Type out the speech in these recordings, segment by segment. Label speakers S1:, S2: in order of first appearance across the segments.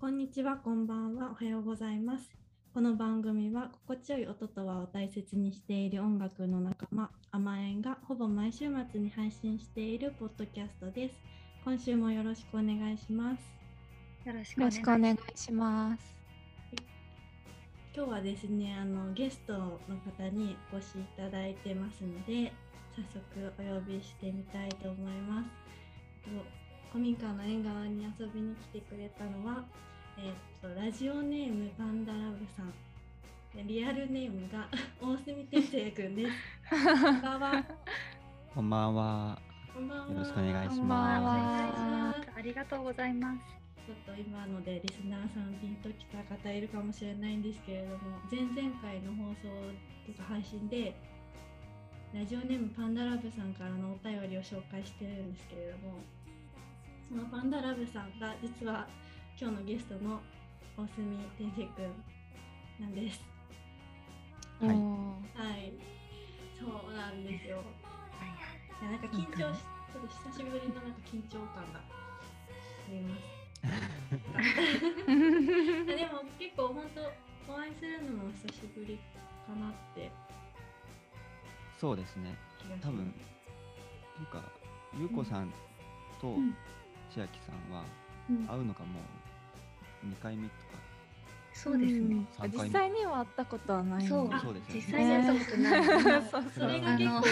S1: こんにちは、こんばんは、おはようございます。この番組は心地よい音とはを大切にしている音楽の仲間、アマエンがほぼ毎週末に配信しているポッドキャストです。今週もよろしくお願いします。
S2: よろしく
S3: よ
S2: お願
S3: ろ
S2: い
S3: し
S2: し
S3: くお
S2: ます。
S3: 願いします。
S1: 今日はですね、あのゲストの方にお越しいただいてますので、早速お呼びしてみたいと思います。えっと古民家の縁側に遊びに来てくれたのは、えっとラジオネームパンダラブさん。でリアルネームが大隅哲也くんです。こんばんは。
S4: こんばんは。
S1: こんばんは。
S4: よろしくお願いします
S3: こんばん
S1: は
S2: ありがとうございます。
S1: ちょっと今のでリスナーさんピンときた方いるかもしれないんですけれども前々回の放送とか配信でラジオネームパンダラブさんからのお便りを紹介してるんですけれどもそのパンダラブさんが実は今日のゲストの大隅天聖くんなんです。
S4: はい
S3: お
S1: はい、そうなんですよ。いやなんか緊張し、ちょっと久しぶりのなんか緊張感があります。
S3: ー
S1: でも結構本当お会いするのも久しぶりかなって
S4: そうですね。
S1: 気がする
S4: 多分というか、ゆうこさんと
S2: ん
S4: 千秋さんは
S1: うん
S4: 会うのがもう2回目と
S2: そうですね。
S4: うん
S3: 実際には会ったことはない
S2: そう
S3: の
S4: か。
S3: で。
S4: そうですよ
S2: 実
S4: ね。
S2: 際に会ったこと ない。
S3: ねそう
S1: それが
S2: あ
S1: 結
S2: の
S1: 構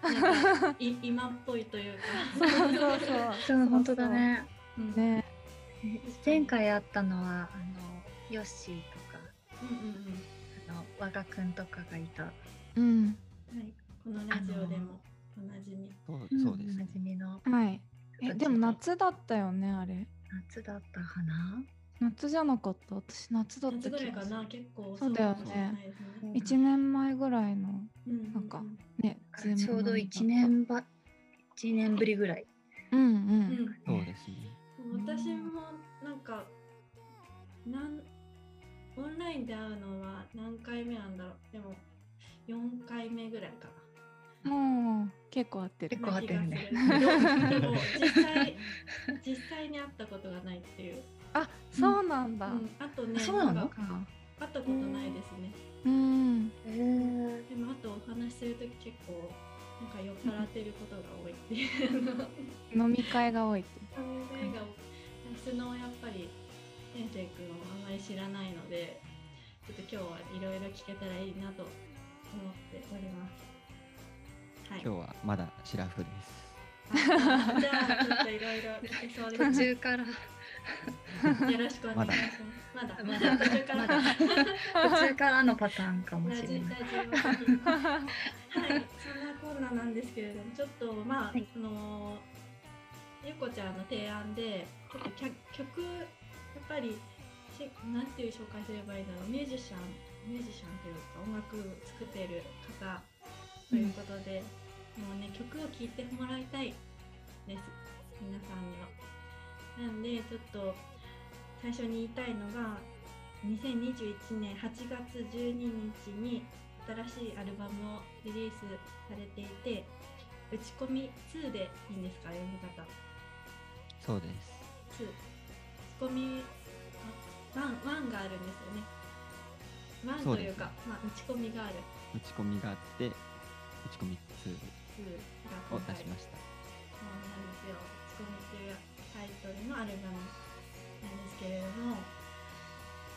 S1: なんかい今っぽいというか
S3: そうそう
S2: そう本当だね。
S1: うん
S3: ね。
S2: 前回会ったのはあのヨッシーとか
S1: うんうん
S2: あの和賀くんとかがいた
S3: うん。
S1: うんはいこのラジオでもおなじみ
S4: そうそうです
S2: な
S4: ね。
S2: じみの
S3: はい。え、でも夏だったよね、あれ。
S2: 夏だったかな。夏
S3: 夏じゃなかった。私夏だっ
S1: 夏
S3: た
S1: ぐら
S3: 気
S1: いか
S3: がす
S1: な
S3: る。
S1: 結構
S3: そうだよ
S1: か
S3: ね
S1: もしれないですね
S3: 一年前ぐらいの
S1: うんうんうん
S3: なんかね、
S2: からちょうど一年ば一年ぶりぐらい。
S3: うんう
S1: うん
S3: ん。
S1: で
S4: そうですね。
S1: も私もなんかなんオンラインで会うのは何回目なんだろうでも4回目ぐらいかな
S3: もう結構合ってる
S2: 結。構合ってるね
S1: な気がするでも実際実際に会ったことがないっていう。
S3: あ、そうなん
S1: う
S3: だ。
S1: ん、あとね、
S2: そうなの
S1: んか会ったことないですね。
S3: うん。
S2: えー、
S1: でもあとお話しするとき結構なんか酔っ払ってることが多いっていうの。
S3: 飲み会が多いって。
S1: 考えが夏のやっぱり天星くんをあまり知らないので、ちょっと今日はいろいろ聞けたらいいなと思っております。はい。
S4: 今日はまだ白服です。
S1: あじゃあちょっといろいろ聞けそうです
S2: 途
S1: ね。
S2: 中から
S1: よろしくお願いします。まだ、ま
S2: ま
S1: だ、
S2: だ
S1: まだ、から、
S2: ま だ途中からのパターンかも
S1: ラ
S2: し
S1: ジ
S2: れない。
S1: ラジオはい、そんなこんななんですけれども、ちょっと、まあ、
S2: はい
S1: その。ゆうこちゃんの提案で、ちょっときゃ曲、やっぱり。しなんていう紹介すればいいんだろう、ミュージシャン、ミュージシャンというか、音楽作っている方。ということで、もうね、曲を聴いてもらいたい。です。皆さんには。なんで、ちょっと。最初に言いたいのが。2021年8月12日に新しいアルバムをリリースされていて「打ち込み2」でいいんですか読み方
S4: そうで
S1: 2打ち込みあワンワンがあるんですよねワン
S4: そう
S1: とい
S4: で
S1: う
S4: す
S1: かまあ、打ち込みがある
S4: す。打ち込みがあって、打ち込み
S1: 2が
S4: 2を
S1: 今回
S4: 出しました。
S1: そうなんですよ。打ち込みっていうタイトルのアルバムなんですけれども、ね、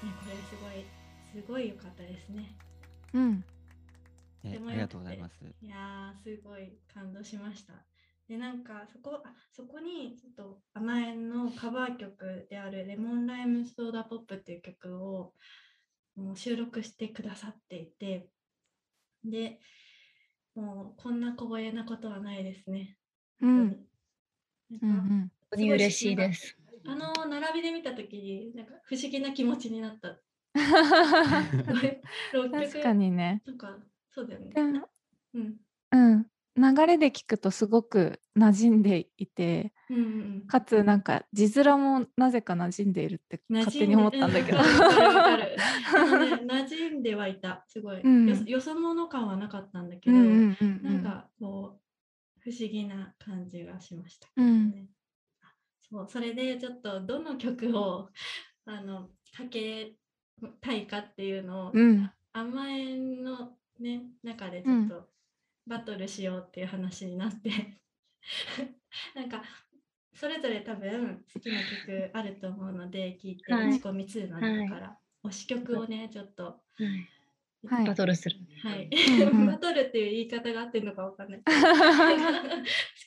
S1: これすごい、すごい良かったですね。
S3: うん。
S1: で
S4: え
S1: も
S4: ありがとうございます。
S1: いやー、すごい感動しました。で、なんかそこ、あそこにちょっと甘えんのカバー曲であるレモンライムソーダポップっていう曲をもう収録してくださっていて、で、もうこんな光栄なことはないですね。
S3: う。。
S1: うん
S3: う
S1: なんか
S3: ん。
S2: 本当に嬉しいです。
S1: あの並びで見たときになんか不思議な気持ちになった。6曲
S3: 確かにね。
S1: とかそうだよね。
S3: でも
S1: うん
S3: うん、流れで聞くとすごく馴染んでいて
S1: うんうん
S3: かつなんか字面もなぜか馴染んでいるって
S1: うん。
S3: 勝手に思ったんだけど
S1: 馴染んでわかるわかるわかるあのね馴染んではいた。すごい。
S3: うん
S1: よそよそ者感はなかったんだけ
S3: う
S1: ど、
S3: んうんうん
S1: なんかこう不思議な感じがしましたけどね。
S3: うん
S1: あそうそれでちょっとどの曲をあの家計対価っていうのを
S3: うん
S1: 甘えんの、ね、中でちょっとバトルしようっていう話になって なんかそれぞれ多分好きな曲あると思うので聞いて
S2: はい
S1: 打ち込み2の中から、推し曲をねちょっと
S3: はい
S2: バトルする。
S1: はい、
S3: うんう ん
S1: バトルっていう言い方が合ってるのかわか んない好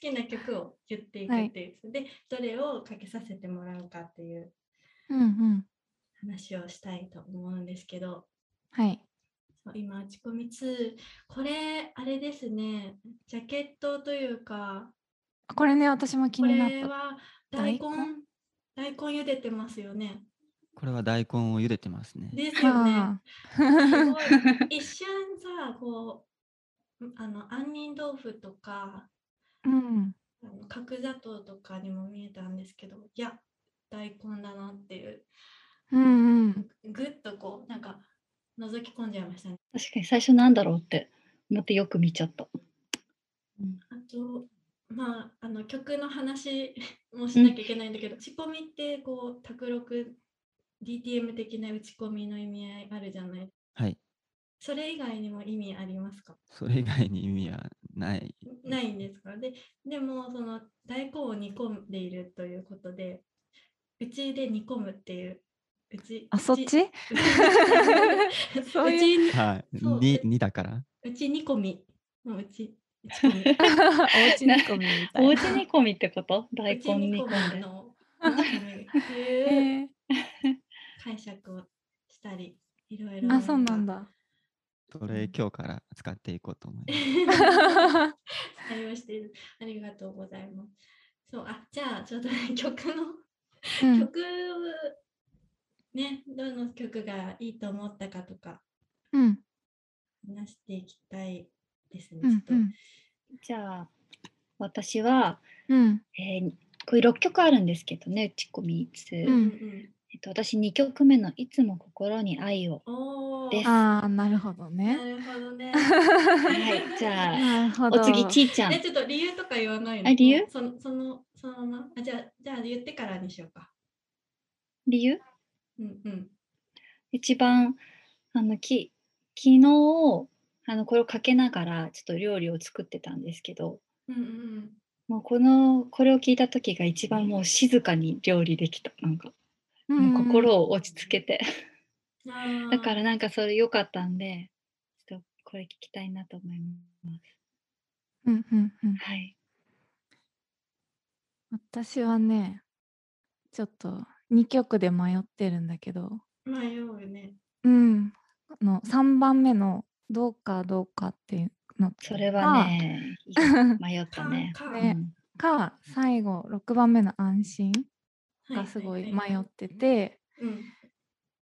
S1: きな曲を言っていくっていう、でどれをかけさせてもらうかっていう
S3: うんうん
S1: 話をしたいと思うんですけど
S3: はい
S1: そう今打ち込み2これあれですねジャケットというか
S3: これね私も気
S1: こ
S3: になっ
S1: れ
S3: た
S1: は大根
S3: 大
S1: 大根茹でてますよね
S4: これは大根を茹でてますね。
S1: ですよね
S3: あ
S1: す
S3: ー
S1: ごい一瞬さこうあの杏仁豆腐とか
S3: うん
S1: あの角砂糖とかにも見えたんですけどいや大根だなっていう
S3: うんうん
S1: ぐっとこうなんか覗き込んじゃいましたね
S2: 確かに最初なんだろうって思ってよく見ちゃった。
S1: あとまああの曲の話 もしなきゃいけないんだけど打ち込みってこう卓録 DTM 的な打ち込みの意味合いあるじゃない
S4: はい。
S1: それ以外にも意味ありますか
S4: それ以外に意味はない。
S1: ないんですかででもその大根を煮込んでいるということでうちで煮込むっていううち
S3: あそっ ちそういう
S1: うち
S4: はい。
S1: そう
S4: に、にだから。
S1: うち煮込みのうちうち込み
S3: おうち煮込みみたい
S2: お
S3: な
S2: うち煮込みってこと大
S1: うち
S2: 根煮
S1: 煮
S2: 込
S1: 込み
S2: んで。
S1: のうち込みって
S3: へ
S1: いう
S3: ー
S1: 解釈をしたりいろいろ
S3: あそうなんだ
S4: それ今日から使っていこうと思います。
S3: は
S1: 対応しているありがとうございますそうあじゃあちょっとね曲の、曲をねどの曲がいいと思ったかとか
S3: うん
S1: 話していきたいですね、
S3: うん
S1: ち
S3: う
S1: ょっ
S3: ん
S2: じゃあ私は、
S3: うん
S2: えーこれ6曲あるんですけどね打ち込み2、
S1: と、
S3: うん
S2: えっと、私2曲目の「いつも心に愛を
S1: おお
S2: です
S3: ああなるほど
S1: な
S3: ね
S1: るほどね」
S2: はいじゃあ
S3: なるほ
S2: お
S3: ど
S2: 次ちいちゃん
S1: えちょっと理由とか言わないの
S2: あ理由
S1: そのそのそのままあじゃあじゃあ言ってからにしようか
S2: 理由
S1: うんうん
S2: 一番あのき昨日あのこれをかけながらちょっと料理を作ってたんですけど
S1: うんうん
S2: もうこのこれを聞いた時が一番もう静かに料理できたなんかもう心を落ち着けて、
S1: うんあー
S2: だからなんかそれ良かったんでちょっとこれ聞きたいなと思います
S3: うんうんうん
S2: はい
S3: 私はねちょっと2曲で迷ってるんだけど
S1: 迷うよね
S3: うんあの3番目の「どうかどうか」っていうのと
S2: それはねい迷った
S1: か
S2: ね
S1: か
S3: ねか最後6番目の「安心」がすごい迷ってて、
S1: うん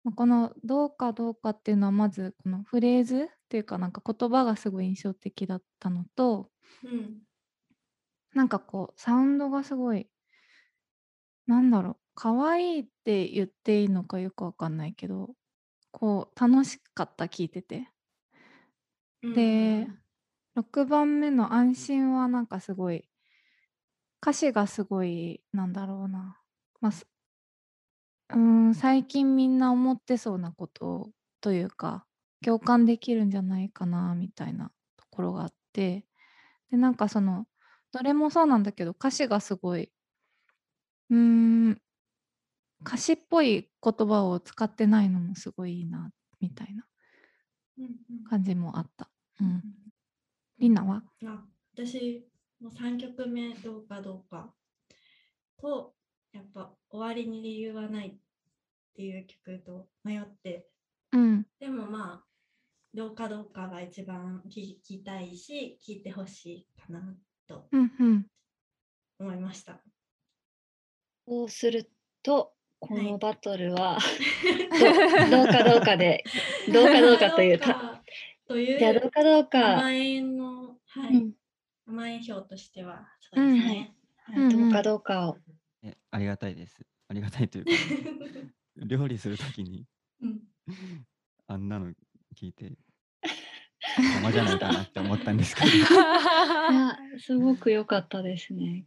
S3: まあこの「どうかどうか」っていうのはまずこのフレーズっていうかなんか言葉がすごい印象的だったのと
S1: うん
S3: なんかこうサウンドがすごいなんだろう可愛いって言っていいのかよくわかんないけどこう楽しかった聞いてて
S1: うん
S3: で6番目の「安心」はなんかすごい歌詞がすごいなんだろうな、まあ、すうーん最近みんな思ってそうなことというか共感できるんじゃないかなみたいなところがあってでなんかそのどれもそうなんだけど歌詞がすごいうーん歌詞っぽい言葉を使ってないのもすごいいいなみたいな
S1: うんうん
S3: 感じもあった。うん、リナは
S1: あ私もう3曲目どうかどうかとやっぱ終わりに理由はないっていう曲と迷って
S3: うん
S1: でもまあどうかどうかが一番聞きたいし聞いてほしいかなと
S3: うん うん
S1: 思いました。
S2: こうするとこ
S1: は
S2: の
S1: い
S2: バトルは、 どどうかどうかでどうかどうかという
S1: どう
S2: た
S1: かという
S2: じゃあどうかどうか、
S1: 甘えんの、は
S2: う
S1: い、
S2: ん
S1: 甘えん票としてはそうですね。
S2: はい
S3: うんう
S2: ど
S3: ん
S2: うかどうかを
S4: え、ありがたいです。ありがたいというか、料理するときに
S1: うん
S4: あんなの聞いて、邪魔じゃないかなって思った んですけど。
S2: いやすごく良かったですね。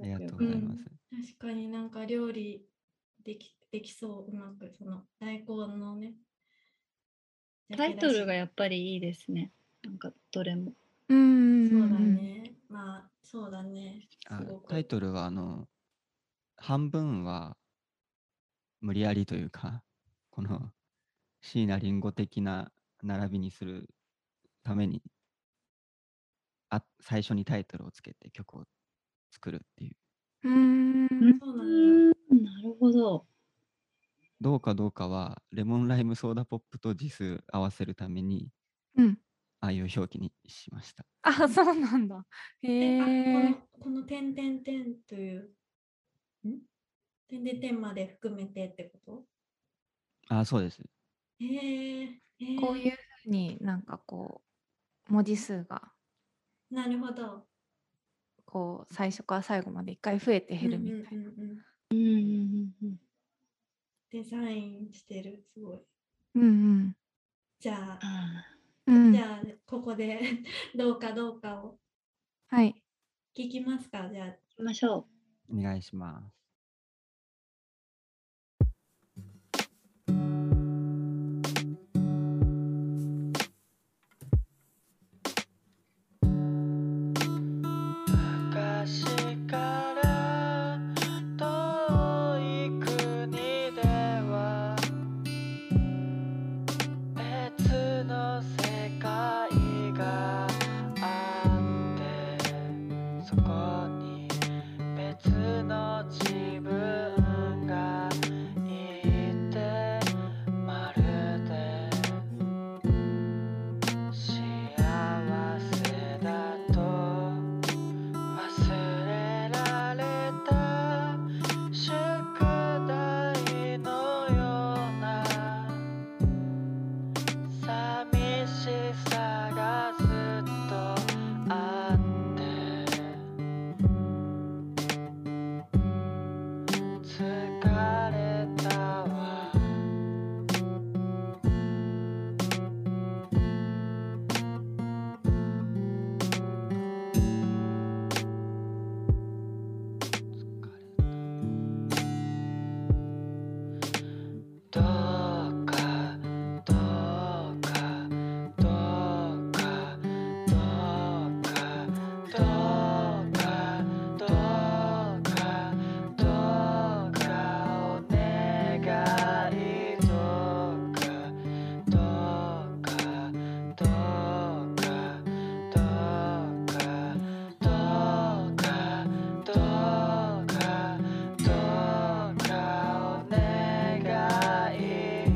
S4: ありがとうございます。
S1: 確かになんか料理できできそううまくその大根のね
S2: タイトルが
S1: や
S2: やっぱりいいですね。なんかどれも。
S3: うんうん
S1: そううだ
S3: んうん。
S1: ねまあそうだね
S4: あ
S1: すごく
S4: タイトルはあの半分は無理やりというかこの椎名林檎的な並びにするためにあ最初にタイトルをつけて曲を作るっていう
S3: うん
S1: そう
S2: う
S1: なんだ
S2: ん、なるほど。
S4: どうかどうかはレモンライムソーダポップとジス合わせるために
S3: うん。
S4: ああいう表記にしました
S3: あ、そうなんだ。へ
S1: えあ
S3: え。
S1: このこの点点点というん点点点まで含めてってこと
S4: ああそうです
S1: へええー
S3: こういうふうになんかこう文字数が
S1: なるほど
S3: こう最初から最後まで一回増えて減るみたいな。
S1: うんうんうんうん
S2: うんうんうんうん。
S1: デザインしてるすごい
S3: うん
S1: じゃあ
S2: あ
S3: うん。うん
S1: じゃあここで どうかどうかを
S3: はい。
S1: 聞きますかじゃあ
S2: 行きましょ
S4: お願いします
S5: 昔から遠い国では別の世界があってそこに別の自分がいてまるで幸せだと忘れられた宿題のような寂しさがずっとあって疲れたわどうかどうかどうかどうかどうかどうかどうかお願いどうかどうかどうかどうかどうかどうかどうかお願い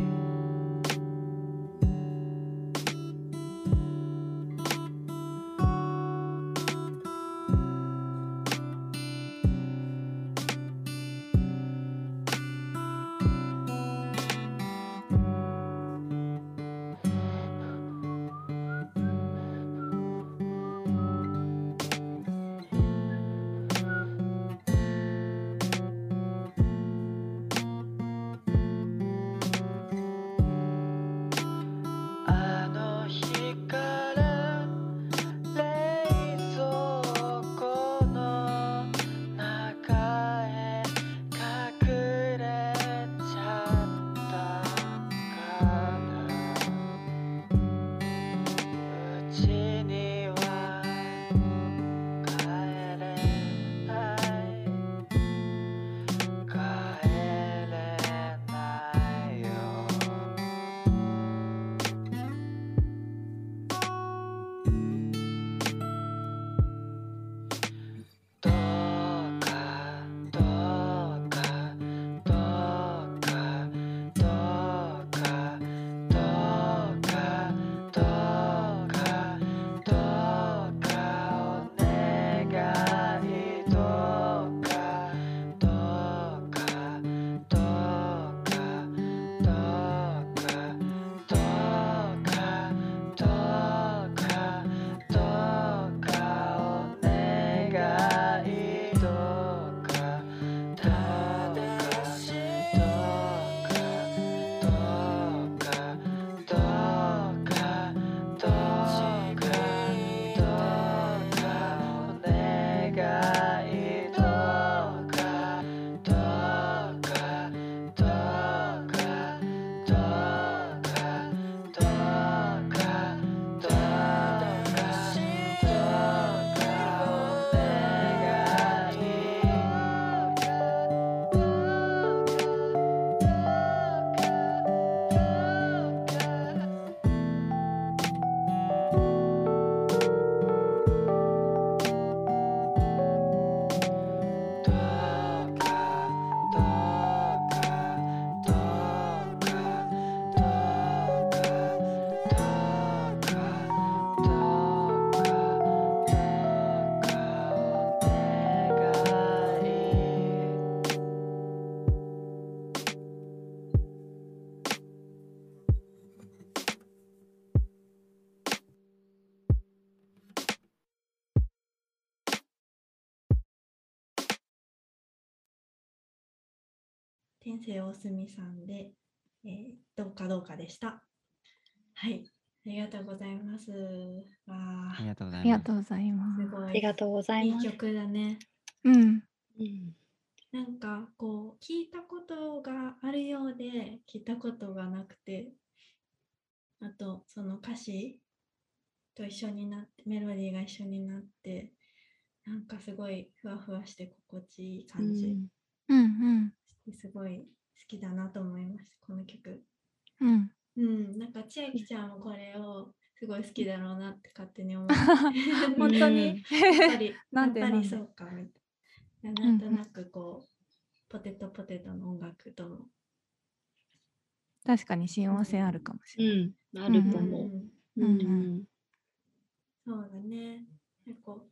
S1: 天性おすみさんで、えーどうかどうかでした。はい、ありがとうございます。わ
S4: ありがとうござ
S3: あ
S4: い
S3: りが
S4: ます
S3: と。うござい
S1: あ、
S3: ますす。
S1: ご
S2: あ
S1: い。
S2: りがとうござい
S1: い
S2: ま
S1: い
S2: す。
S1: 曲だね。
S3: うん、
S2: うん
S1: なんかこう聞いたことがあるようで聞いたことがなくてあとその歌詞と一緒になってメロディーが一緒になってなんかすごいふわふわして心地いい感じ、
S3: うん、
S1: すごい好きだなと思いますこの曲
S3: うん、うん。
S1: うんなんか千秋ちゃんもこれをすごい好きだろうなって勝手に思 う
S3: 本当に。
S1: やっぱ り
S3: なんで
S1: やっぱ
S3: なん
S1: り
S3: で
S1: そうかみたいな
S3: うんう
S1: なんんとなくこう、ポテトポテトの音楽とも
S3: 確かに親和性あるかもし
S2: う
S3: れない。
S2: ん、あると
S3: ん
S2: 思う。
S3: うんうん
S1: そうだね結構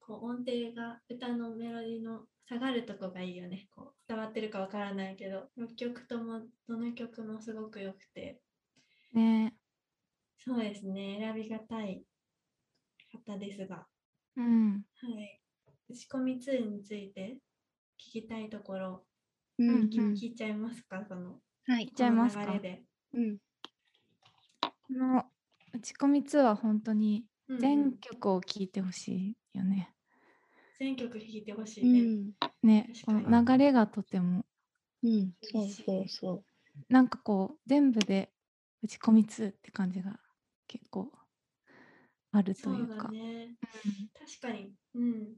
S1: こう音程が歌のメロディーの下がるとこがいいよねこう伝わってるかわからないけど6曲ともどの曲もすごく良くて
S3: ね。
S1: そうですね選びがたい方ですが
S3: うん、
S1: はい打ち込み2について聞きたいところ
S2: うん
S3: うん
S1: 聞聞いちゃいますかその
S2: はい
S3: いっ。ちゃいます
S1: こ
S3: か
S1: の流れで
S2: うん
S3: この打ち込み2は本当に
S1: うんうん
S3: 全曲を聴いてほしいよね。
S1: 全曲弾いてほしいうね。
S2: ん
S3: ね、
S1: 確
S3: こ
S1: かに
S3: の流れがとても
S2: うん、そうそうそ
S3: なんかこう全部で打ち込み2って感じが結構あると
S1: そ
S3: いうう
S1: だ
S3: か。
S1: ね。確かに、うん、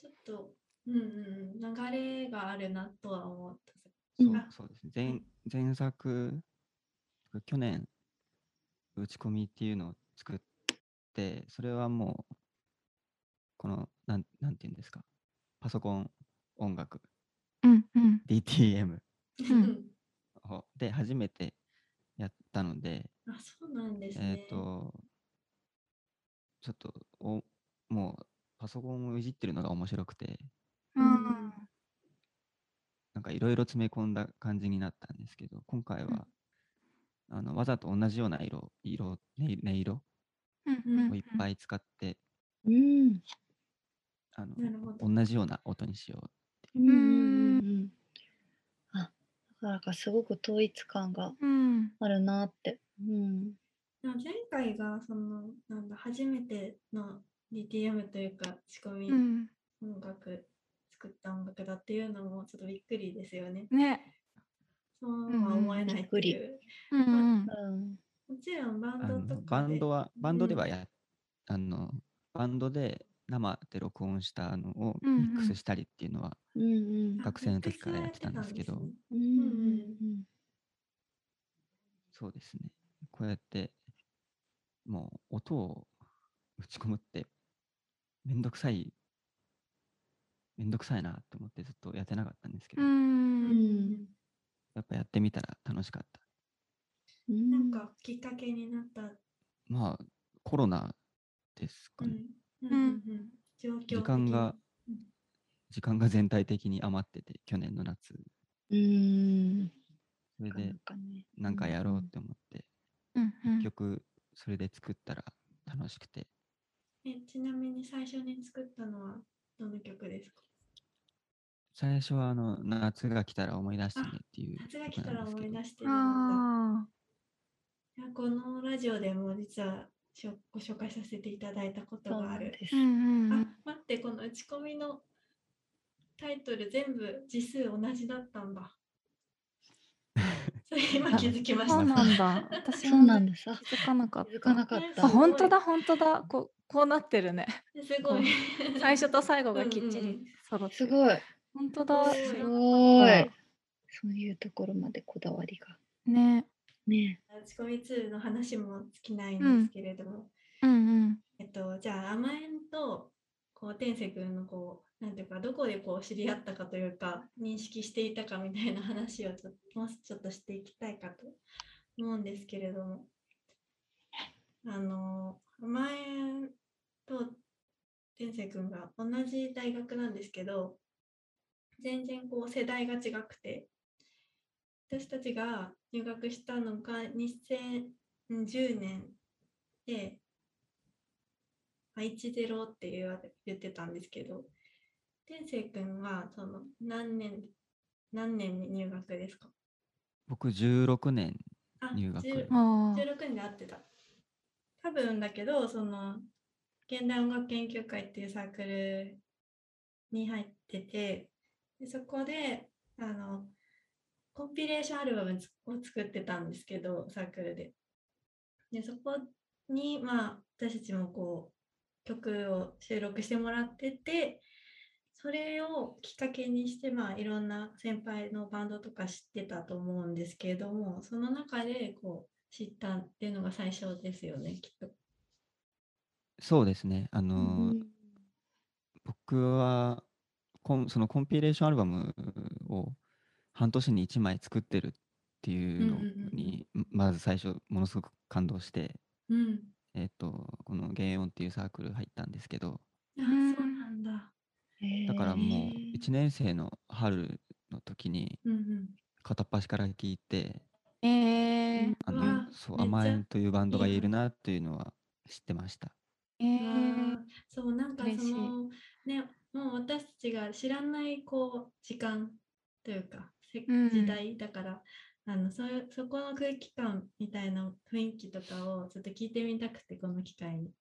S1: ちょっと、うんうんうん、流れがあるなとは思った。
S2: う。う
S4: そ
S2: ん
S4: うそうですね。前前作、去年、打ち込みっていうのを作って、それはもう、この、なんなんていうんですか、パソコン音楽、
S3: うんうん。
S4: DTM
S3: うん
S4: をで初めてやったので、
S1: あ、そうなんです
S4: え
S1: ね
S4: っ、。と、ちょっとお、もう、パソコンをいじってるのが面白くて、
S3: うん
S4: なんかいろいろ詰め込んだ感じになったんですけど、今回は、あのわざと同じような色、色を、ね音色
S3: うん
S4: をいっぱ
S3: い。
S4: い使って、
S2: うん
S4: あの
S1: なるほど。
S4: 同じような音にしよ
S2: うんうんうんあ、なんかすごく統一感が
S3: うん
S2: あるなって。うん。
S1: でも前回が、その、なんだ、初めての DTM というか、仕込み
S3: うん。
S1: 音楽、作った音楽だっていうのも、ちょっとびっくりですよね。
S3: ね。
S1: そうは思えないってい
S2: うん
S1: う。
S3: うんうん
S2: うん。
S1: もちろんバ
S4: う。あの
S1: ンドとか
S4: バン
S1: で
S4: ドは、バンドで
S1: うん
S4: はや、あの、バンドで生で録音したのを
S3: うんうん
S4: ミックスしたりっていうのは、
S2: うんうん
S1: あ
S4: 学生の時からやってたんですけど
S1: ミック
S2: うんうん
S4: そうですね。こうやって、もう音を打ち込むって、めんどくさい、めんどくさいなと思ってずっとやってなかったんですけ
S3: う
S4: ど、
S1: ス
S3: ん
S1: はやってたんですね
S4: やっぱやってみたら楽しかった。
S2: うん。
S1: なんかきっかけになった、
S4: まあ、コロナですか
S1: う
S4: ね。
S1: んうんうんうん、状況的
S4: 時間が
S1: うん、
S4: 時間が全体的に余ってて、去年の夏。
S2: うん。
S4: それで
S2: な、かね
S4: なんかやろうって思って、
S3: うんうん
S4: 結局、それで作ったら楽しくて、
S1: えちなみに最初に作ったのはどの曲ですか
S4: 最初は、あの、夏が来たら思い出してね
S1: あ
S4: っていう
S1: 夏が来
S4: 曲
S1: た
S4: な
S1: ら
S4: んです
S1: 思
S4: け
S1: い
S4: ど
S1: 出、してなかっ
S3: あ
S1: たいやこのラジオでも実はしょご紹介させていただいたこと
S2: そう
S1: が
S2: な
S1: あ
S2: ん
S1: る
S2: で
S3: ー
S2: す
S3: う。んうん
S1: あ待ってこの打ち込みのタイトル全部字数同じだった んだそれ今気づきまし
S3: そう
S1: た
S3: な んだ。私
S2: そうなん
S3: す。
S2: です。あ
S3: 気づかなかっ
S2: 気づ
S3: た
S2: か。なかっ
S3: あ
S2: た。
S1: ほん
S3: 本当だ本当だこうこうなってる ね
S1: すごい
S3: 最初と最後がきっ
S1: うん
S3: ち
S1: うんう
S3: り
S1: ん
S3: 揃って
S2: す
S3: る
S2: ごい。
S3: 本当だ
S1: す
S2: す
S1: ご
S2: ごい。そういうところまでこだわりが。
S3: ね
S2: ね。
S1: 打ち込み2の話も尽きないんですけれども、
S3: うん
S1: えっとじゃあ甘えんとこう天瀬くんのこうなんていうかどこでこう知り合ったかというか認識していたかみたいな話をちょっともうちょっとしていきたいかと思うんですけれどもあの甘えんと天瀬くんが同じ大学なんですけど全然こう世代が違くて私たちが入学したのが2010年でまあ10って言わ言ってたんですけど天星くんはその何年何年に入学ですか
S4: 僕16年
S1: あ
S4: 入学
S1: 10
S3: ああ。
S1: 16になってた多分だけどその現代音楽研究会っていうサークルに入っててでそこであのコンピレーションアルバムつを作ってたんですけどサークルででそこにまあ私たちもこう曲を収録してもらっててそれをきっかけにして、まあ、いろんな先輩のバンドとか知ってたと思うんですけれどもその中でこう知ったっていうのが最初ですよねきっと。
S4: そうですねあのー、僕はコンそのコンピレーションアルバムを半年に1枚作ってるっていうの
S1: うんうんうんうん
S4: にまず最初ものすごく感動して、
S1: うん、
S4: えっとこの原音っていうサークル入ったんですけど
S1: あ
S3: ん
S1: そうなんだ。
S4: だからもう
S1: へー
S4: 1年生の春の時に
S1: うんうん、
S4: 片っ端から聞いて
S3: ええ
S4: あ
S1: う
S4: の
S1: わ
S4: そう
S1: めっちゃ
S4: 甘えんというバンドが
S1: いいない
S4: るなっていうのは知ってました。
S3: ええ
S1: わあそうなんか
S3: 嬉
S1: そ
S3: しい
S1: のねもう私たちが知らないこう時間というかせ
S3: うん
S1: 時代だから、あのそういうそこの空気感みたいな雰囲気とかをちょっと聞いてみたくてこの機会に。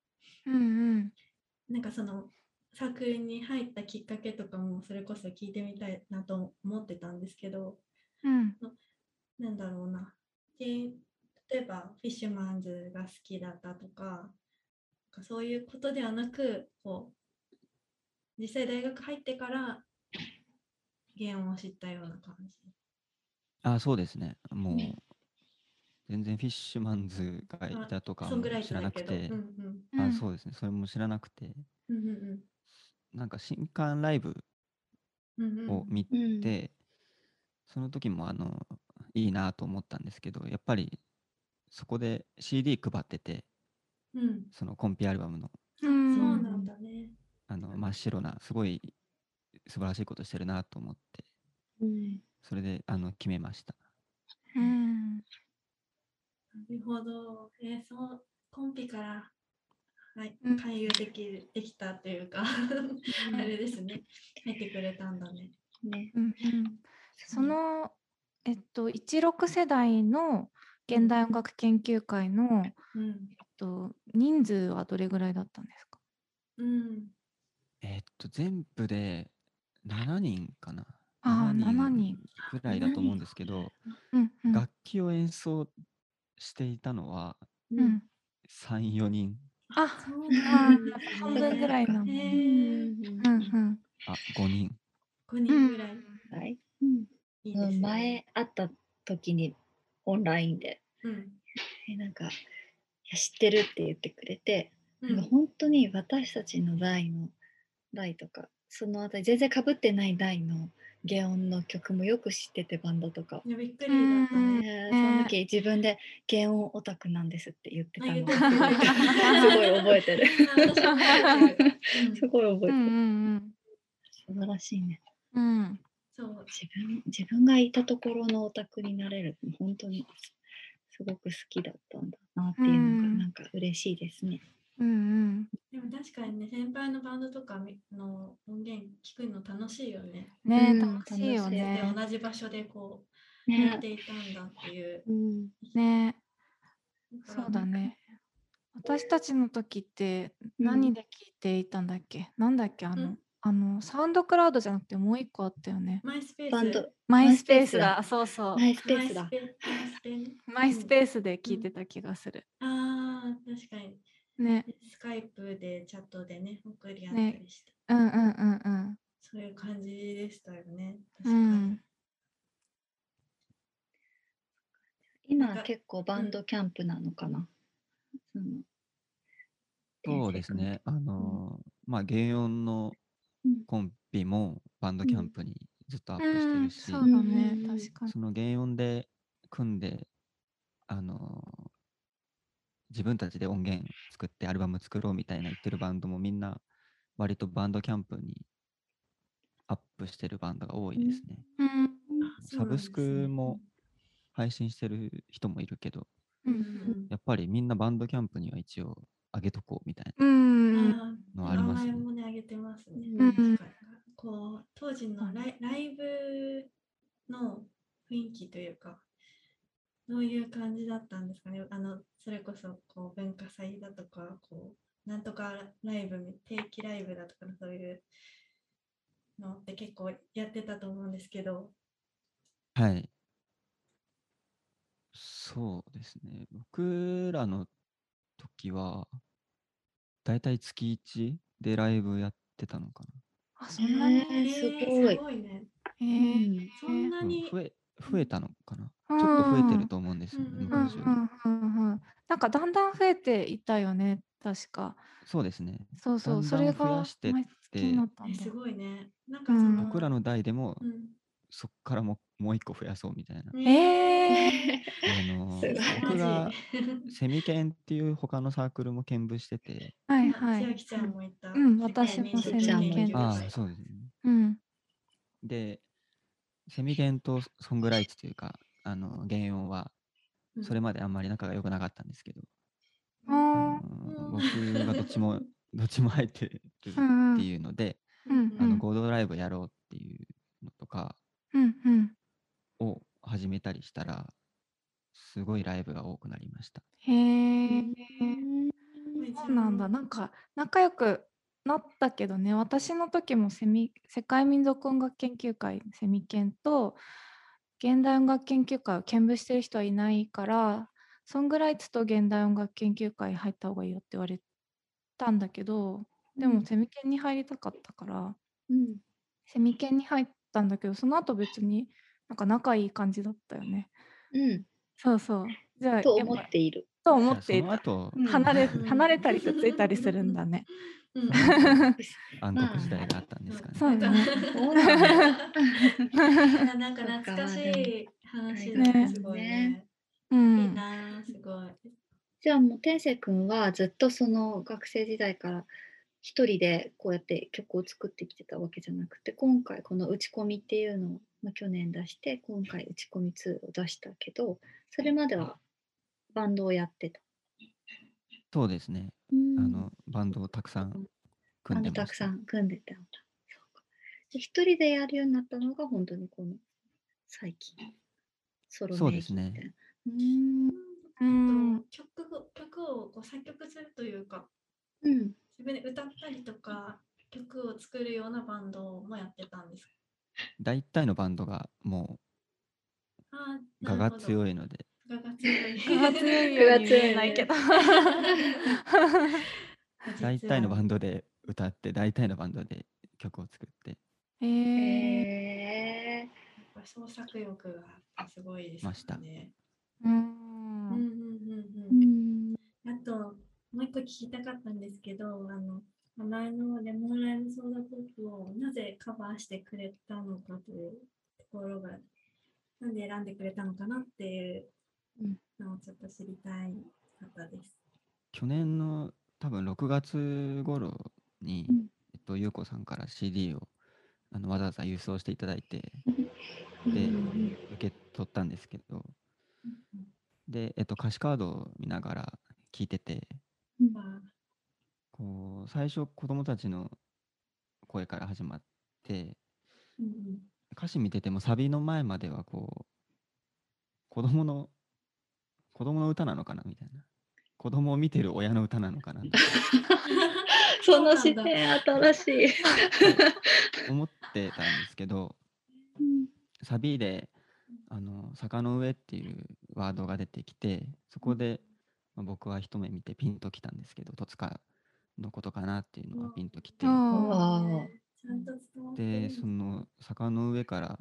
S3: うん
S1: なんかそのサークルに入ったきっかけとかもそれこそ聞いてみたいなと思ってたんですけど
S3: うん。うん。
S1: なんだろうなで例えばフィッシュマンズが好きだったとかなんかそういうことではなくこう実際大学入ってから原音を知ったような感じ。
S4: あそうですねもうん全然フィッシュマンズがい
S1: あ
S4: たとか
S1: そん
S4: も
S1: ぐらい
S4: 知らなく
S1: だけ
S4: て
S1: ど、うん
S4: あ
S3: ん
S4: そうですねそれも知らなくて
S1: うんうんうん
S4: なんか新刊ライブ
S1: うんうん
S4: を見て、
S2: うん
S4: その時もあのいいなと思ったんですけどやっぱりそこで CD 配ってて
S1: うん
S4: そのコンピアルバムの
S1: そう
S3: うん
S1: なんだね。
S4: あの真っ白なすごい素晴らしいことしてるなと思って
S2: うん
S4: それであの決めました
S3: うん。
S1: なるほど。えーそう、コンピから、はい
S3: うん、
S1: 勧誘できる、できたというか、 あれですね。入ってくれたんだね。
S2: ね
S3: うんうんその、えっと、16世代の現代音楽研究会の、えっ
S1: うん。
S3: と、人数はどれぐらいだったんですか
S1: うん。
S4: えーっと全部で7人かな
S3: あー7人
S4: ぐらいだと思うんですけど
S3: うんうん
S4: 楽器を演奏していたのは
S2: う
S3: う
S2: ん
S3: ん、
S4: 34人
S3: あ
S1: そう
S3: なん
S1: だ
S3: だ半分ぐらいなの
S1: へ
S2: う
S1: ー、
S2: ん
S3: うんうん
S4: あ5人
S1: 5
S3: う
S1: 人
S3: ん
S1: ぐらい。
S2: はいうん
S1: いいで
S2: う
S1: すね
S2: ん前。会った時にオンラインで
S1: うん。
S2: えなんかいや知ってるって言ってくれて、
S1: う
S2: なんんか本当に私たちの代の代とかそのあたり全然かぶってない代の原音の曲もよく知っててバンドとか、
S1: いやびっくりだったね。
S2: えーその時自分で原音オタクなんですって言ってたの
S1: あ言
S2: を
S1: っ
S2: す
S1: てた
S2: ごい 覚えてる
S1: あ私も入ってるうん
S2: すごい覚えて
S3: う
S2: る、
S3: ん
S2: 素晴らしいね
S3: うんうん
S1: そう。
S2: 自分自分がいたところのオタクになれるの本当にすごく好きだったんだなっていうのが
S3: うん
S2: なんか嬉しいですね。
S3: うんうん
S1: でも確かにね、先輩のバンドとかの音源聞くの楽しいよね。
S3: ね
S2: うん
S3: 楽しいよ
S1: で
S3: ね
S1: 同じ場所でこう、やっ
S2: ね
S1: ていたんだっていう。
S2: うん
S3: ね
S1: だか
S3: そ
S1: ら
S3: うだね私たちの時って
S2: うん
S3: 何で聞いていたんだっけ、なんだっけあの、
S1: うん
S3: あのサウンドクラウドじゃなくてもう一個あったよね
S1: マイスペース。
S2: バンド
S3: マ
S2: イ
S3: イ
S2: ス
S3: ス
S2: ペ
S3: ペ
S2: ー
S3: ー
S2: ス
S3: ス
S2: だ
S3: だ、そうそう。
S2: マイスペースだ
S1: マイ。スペマイスペね
S3: マイスペースで聞いてた気がする。
S1: ああ、確かに。
S3: ね。
S1: スカイプでチャットでね、送り合ったりして、
S3: うんうんうん
S1: そういう感じでしたよね。確
S3: う
S1: か
S3: ん。
S1: に。
S3: うん。
S2: 今結構バンドキャンプなのかな。その
S4: そうです。ね。あのー、まあ、原音の
S2: うん
S4: コンピもバンドキャンプにずっとアップして
S3: う
S4: る
S3: ん、
S4: し、
S3: そうだ
S2: う
S3: ね
S2: ん、
S3: 確かに。
S4: その原音で組んで、あのー、自分たちで音源作ってアルバム作ろうみたいな言ってるバンドもみんな割とバンドキャンプにアップしてるバンドが多いですね。
S3: うん
S1: あそう
S4: サ
S1: なん
S4: ブ
S1: です
S4: ス
S1: ね
S4: クも配信してる人もいるけど、
S3: う
S1: うん
S3: ん
S4: やっぱりみんなバンドキャンプには一応上げとこうみたいな。
S3: う
S1: うん
S3: ん。
S1: あー
S4: のありますね
S1: 名前もね、あげてますね。
S2: うん
S1: 確かにこう、当時のライライブの雰囲気というか、どういう感じだったんですかね。あのそれこそこう文化祭だとか、こうなんとかライブみ、定期ライブだとかのそういうのって結構やってたと思うんですけど、
S4: はい。そうですね。僕らの時は、だいたい月1でライブやってたのか
S3: あそんなに、
S2: えーすごい
S1: すごいね。
S3: え
S2: う
S3: ー
S2: ん
S1: そんな
S4: な。うん
S1: に、
S4: 増え増えたのかな。
S3: うん
S4: ちょっと増えてると思うんですよ
S1: うんうん。
S3: う
S4: ね
S3: ん
S4: 昔より
S3: うんうんうんなんかだんだん増えていったよね確か
S4: そうですね。
S3: そうそう
S4: だんだん
S3: それ
S4: 増
S3: が
S4: やしてって
S3: 毎月になったん
S1: え
S3: だ
S1: すごいね。なんかその、
S3: うん
S4: 僕らの代でも、
S1: うん、
S4: そっからももう一個増やそうみたいな。
S3: えー、
S4: あの
S2: すごい
S4: 僕が
S1: マジ
S4: セミケンっていう他のサークルも見舞してて、
S3: はい
S1: まあ
S3: は
S1: 千
S3: い
S1: 秋ちゃんもいた。
S3: うん
S1: 世界
S3: 私も
S1: 民主主義
S2: 千秋ちゃんもい
S1: 研
S2: た
S1: 究
S4: あ
S1: 会
S4: あ、そうですね。
S3: うん
S4: で、セミケンとソングライツというか、あの、原音は、
S1: うん
S4: それまであんまり仲が良くなかったんですけど、あ
S3: あ
S4: の
S3: ー
S4: 僕がどっちも、どっちも入ってるって
S3: うんうん
S4: いうので、
S3: うん
S4: あ
S3: う
S4: の
S3: ん
S4: 合同ライブやろうっていうのとか
S3: うんうん
S4: を始めたりしたら、すごいライブが多くなりました。
S3: へえ
S1: うん
S3: そうなんだなんか仲良くなったけどね私の時もセミ世界民族音楽研究会セミ研と現代音楽研究会を見舞してる人はいないからソングライツと現代音楽研究会入った方がいいよって言われたんだけどでもセミ研に入りたかったから
S2: うん
S3: セミ研に入ったんだけどその後別になんか仲いい感じだったよね
S2: うん
S3: そうそうじゃあ
S2: と
S3: やっ
S2: 思
S3: ぱ
S2: っている。
S3: と
S4: じ
S3: 思
S4: ゃあ
S3: ってい
S4: その
S3: た
S4: 後、
S2: うん
S3: 離れ
S1: うん
S3: 離れたりとついたりするんだね。
S1: うん
S4: 暗
S2: まあ
S4: 黒時代があったんですかね。
S3: そうだね。
S2: そうなん だ
S1: いやなんか懐かしい話だね。
S3: ね
S1: すごいね。
S3: う
S1: いい
S3: ん、
S1: なあ、すごい。
S2: じゃあもう天く君はずっとその学生時代から一人でこうやって曲を作ってきてたわけじゃなくて今回この打ち込みっていうのを、まあ、去年出して今回打ち込み2を出したけどそれまではバンドをやってた。
S4: そうですね。
S2: うん
S4: あの、バンドをたくさん
S2: バ
S4: 組ん
S2: ン
S4: で
S2: ド
S4: ました
S2: くさん組んでたんだ。そうかで一人でやるようになったのが本当にこの最近ソロ
S4: そ
S2: 名
S4: うで
S2: 義
S4: す
S2: み
S4: ね
S2: たいな。うーん
S3: うん、
S1: 曲を曲をこう作曲するというか、
S2: うん
S1: 自分で歌ったりとか、曲を作るようなバンドもやってたんですか。
S4: 大体のバンドがも
S1: あ
S4: う
S1: ー
S4: 我が強
S1: い。
S4: いので、
S1: 我が強い。
S3: 我が強いように見えないけど。
S4: 大体のバ
S1: ン
S4: ンドで歌って、大体のバンドで曲を作って
S3: え
S2: へ
S3: ー、
S2: え
S1: ド。創作欲がすごいです
S4: ました
S1: ね。
S3: う
S1: うんうんう
S3: ん、
S1: ん
S2: う
S1: うん。
S2: ん
S1: あと、もう一個聞きたかったんですけど、あの、前のレモンライムソーダポップをなぜカバーしてくれたのかというところが、なんで選んでくれたのかなっていうのをちょっと知りたい方です。
S4: 去年の多分6月頃に、
S2: うん
S4: えっと、ゆうこさんから CD をあのわざわざ郵送していただいて、
S2: うん
S4: で
S2: うん
S4: 受け取ったんですけど、で、えっと、歌詞カードを見ながら聴いてて、
S1: まあ、
S4: こう、最初子供たちの声から始まって、
S1: うん
S4: 歌詞見ててもサビの前まではこう子供の子供の歌なのかなみたいな子供を見てる親の歌なのかなとか
S2: その
S1: そう
S2: 視
S1: なんだ
S2: 点新し い。
S4: 思ってたんですけど
S2: うん
S4: サビで「あの坂の上」っていうワードが出てきてそこで、まあ僕は一目見てピンときたんですけど戸塚のことかなっていうのがピンときて
S1: う
S3: あ
S1: ん。
S2: わあ
S1: ねちゃんと伝わってるん
S4: で
S1: です
S4: その坂の上から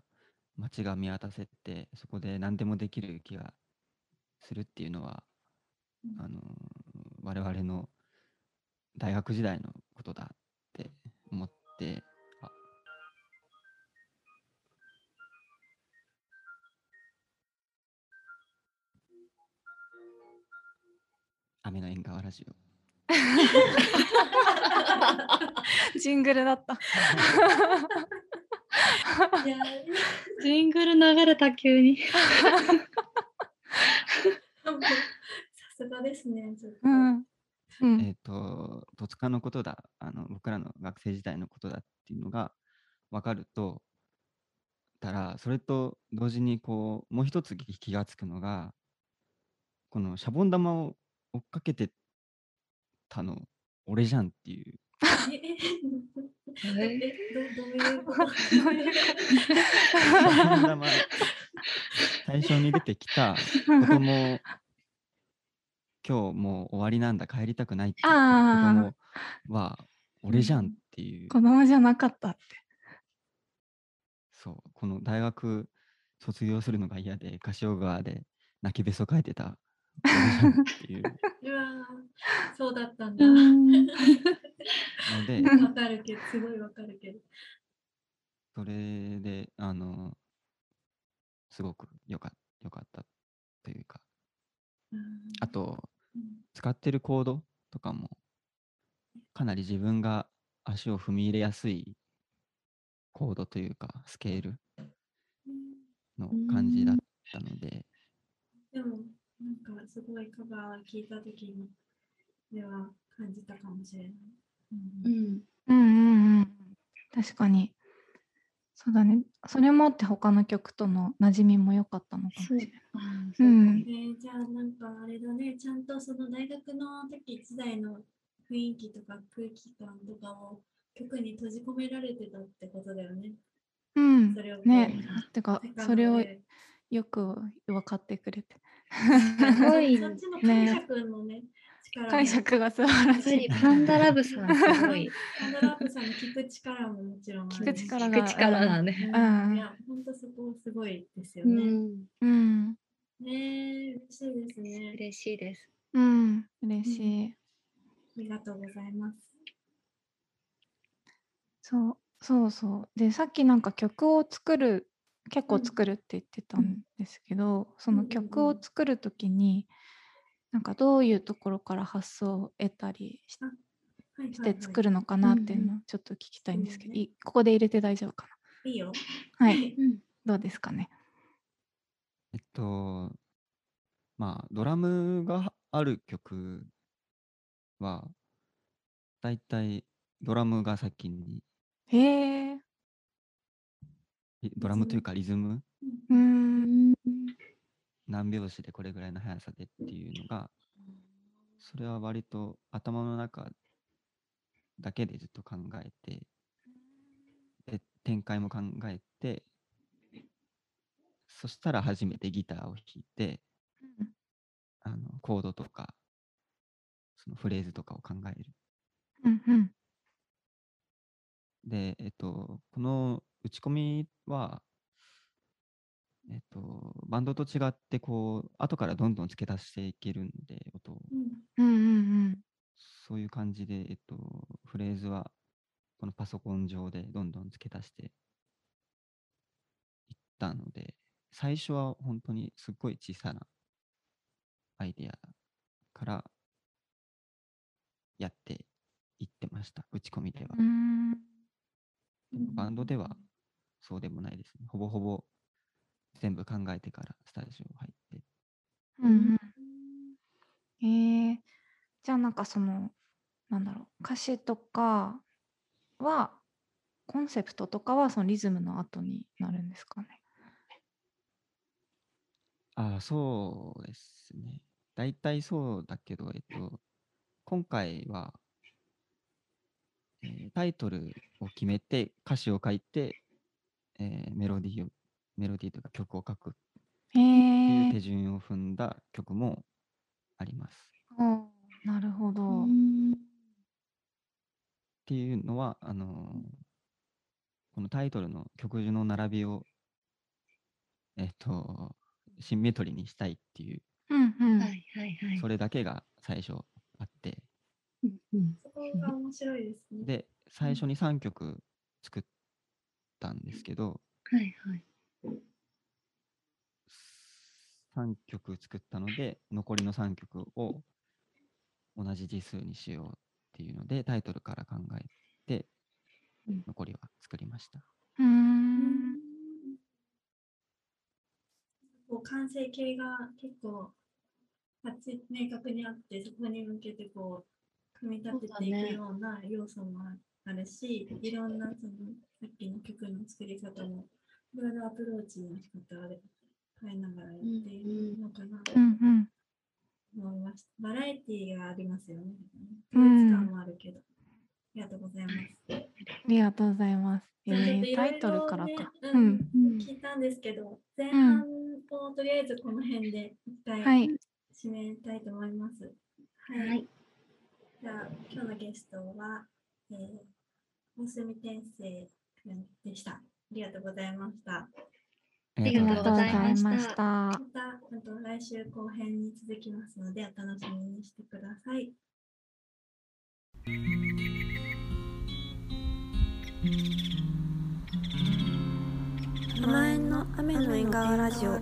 S4: 街が見渡せてそこで何でもできる気がするっていうのは
S1: うん
S4: あの我々の大学時代のことだって思ってあ雨の縁側ラジオ
S3: ジングルだった。
S1: いや
S2: ジングル流れた急に。
S1: もうさすがですね、ちょっと。
S3: うん、う
S4: え
S3: ん、
S4: っ、と、戸塚のことだ、あの僕らの学生時代のことだっていうのが分かると、たらそれと同時にこうもう一つ気気がつくのがこのシャボン玉を追っかけてたの俺じゃんっていう
S1: ええ
S2: え
S1: えどどういうこと
S4: シャボン玉 最初に出てきた子供を今日もう終わりなんだ帰りたくないって言って
S3: あー
S4: る子供は俺じゃんって いう、
S3: 子供じゃなかったって。
S4: そうこの大学卒業するのが嫌で柏川で泣きべそかいてた俺じゃんっていう
S1: うわーそうだったんだ。
S3: う
S4: ので
S1: わかるけど、すごいわかるけど。
S4: それであのすごくよかよかったというか
S1: うん
S4: あと
S1: うん
S4: 使ってるコードとかもかなり自分が足を踏み入れやすいコードというかスケールの感じだったので
S1: でも、なんかすごいカバー聞いたときに、では感じたかもしれない。うん
S2: うん
S3: んうんうん。確かに。そうだね。それもあって他の曲との馴染みも良かったのかもし
S2: そう
S3: れない。
S2: あー
S3: う
S2: そうか
S3: ん
S1: え。ーじゃあなんかあれだね、ちゃんとその大学の時時代の雰囲気とか空気感とかを曲に閉じ込められてたってことだよね。
S3: うん
S1: そ。れをこう
S3: ね。てか
S1: セカンドで、
S3: それをよく分かってくれて。
S1: す
S2: ごい
S1: そっちの解釈のね、力も
S3: 解釈が素晴ら
S2: やっぱ
S3: しい
S2: り。パンダラブさんすごい
S1: ハンドラップさんの聞く力ももちろんあるし
S3: 聞く力
S2: 聞く力だね。
S1: うん
S3: うん
S1: いや、本当そこすごいですよ
S2: う
S1: ね。
S2: ん、
S3: うん。
S1: ねえ、嬉しいですね。
S2: 嬉しいです。
S3: うん。嬉しい。
S1: ありがとうございます。
S3: そうそうそうでさっきなんか曲を作る結
S1: う
S3: 構
S1: ん
S3: 作るって言ってた
S1: うん
S3: んですけど、そ
S1: うんうんうん
S3: の曲を作る時になんかどういうところから発想を得たりし
S1: はいはい
S3: して作
S1: る。
S3: るのかなっていうのをちょっと聞きたいんですけど、いここで入れて大丈夫か
S1: いいよ。
S3: なは
S1: はいい
S2: うん、
S3: どうですかね
S4: えっとまあドラムがある曲はだいたいドラムが先に
S3: へえ
S4: リドラムというかリズム
S3: うー
S2: うんん、
S4: 何拍子でこれぐらいの速さでっていうのがそれは割と頭の中だけでずっと考えてで展開も考えてそしたら初めてギターを弾いてあのコードとかそのフレーズとかを考える
S3: うんうん
S4: で、えっと、この打ち込みは、えっと、バンドと違って、こう、後からどんどん付け足していけるので、音を。
S1: うん
S3: うんうん
S4: そういう感じで、えっと、フレーズは、このパソコン上でどんどん付け足していったので、最初は本当にすっごい小さなアイデアからやっていってました、打ち込みでは。
S3: うんうーん
S4: バンドではそうでもないですね。ほぼほぼ全部考えてからスタジオ入って。
S3: うんうんえー、じゃあなんかそのなんだろう歌詞とかはコンセプトとかはそのリズムの後になるんですかね。
S4: ああ、そうですね。大体そうだけど、えっと、今回は、えータイトルを決めて、歌詞を書いて、えーメロディーを、メロディーというか曲を書く
S3: へ
S4: とい
S3: え
S4: う手順を踏んだ曲もあります。
S3: おなるほど。
S4: っていうのはあのーこのタイトルの曲順の並びをえっとシンメトリーにしたいっていう、
S3: うんうん。
S2: はいはいはい
S4: そ。れだけが最初あって
S2: うんうん
S1: そこが面白いですね。
S4: で最初に3曲作ったんですけど
S2: はいはい。
S4: 3曲作ったので残りの3曲を同じ字数にしようっていうのでタイトルから考えて
S2: うん
S4: 残りは作りました。
S3: うーん
S1: こう完成形が結構はっち明確にあって、そこに向けてこう組み立ててい
S2: そうだね
S1: くような要素もあるし、いろんなそのさっきの曲の作り方もいろいろアプローチの仕方で変えながらやっているのかなと
S3: うんうん
S1: 思いました。バラエティーがありますよね。
S3: う
S1: 統
S3: ん
S1: 一感もあるけど。ありがとうございます。
S3: ありがとうございます。え
S1: ちょっと
S3: ー
S1: いろいろ
S3: タ
S1: ね
S3: イトルからか。
S1: う
S3: うんん。
S2: うん
S1: 聞いたんですけど、前半をとりあえずこの辺で一回
S3: はい。
S1: 締めたいと思います。はい。
S2: はい、
S1: じゃあ、今日のゲストは、えー、大隅天生くんでした。ありがとうございました。
S4: あ
S2: りがとうございました
S3: ありがとうございました
S1: ま。た、あと来週後編に続きますので、お楽しみにしてください。
S6: 甘えんの雨の縁側ラジオ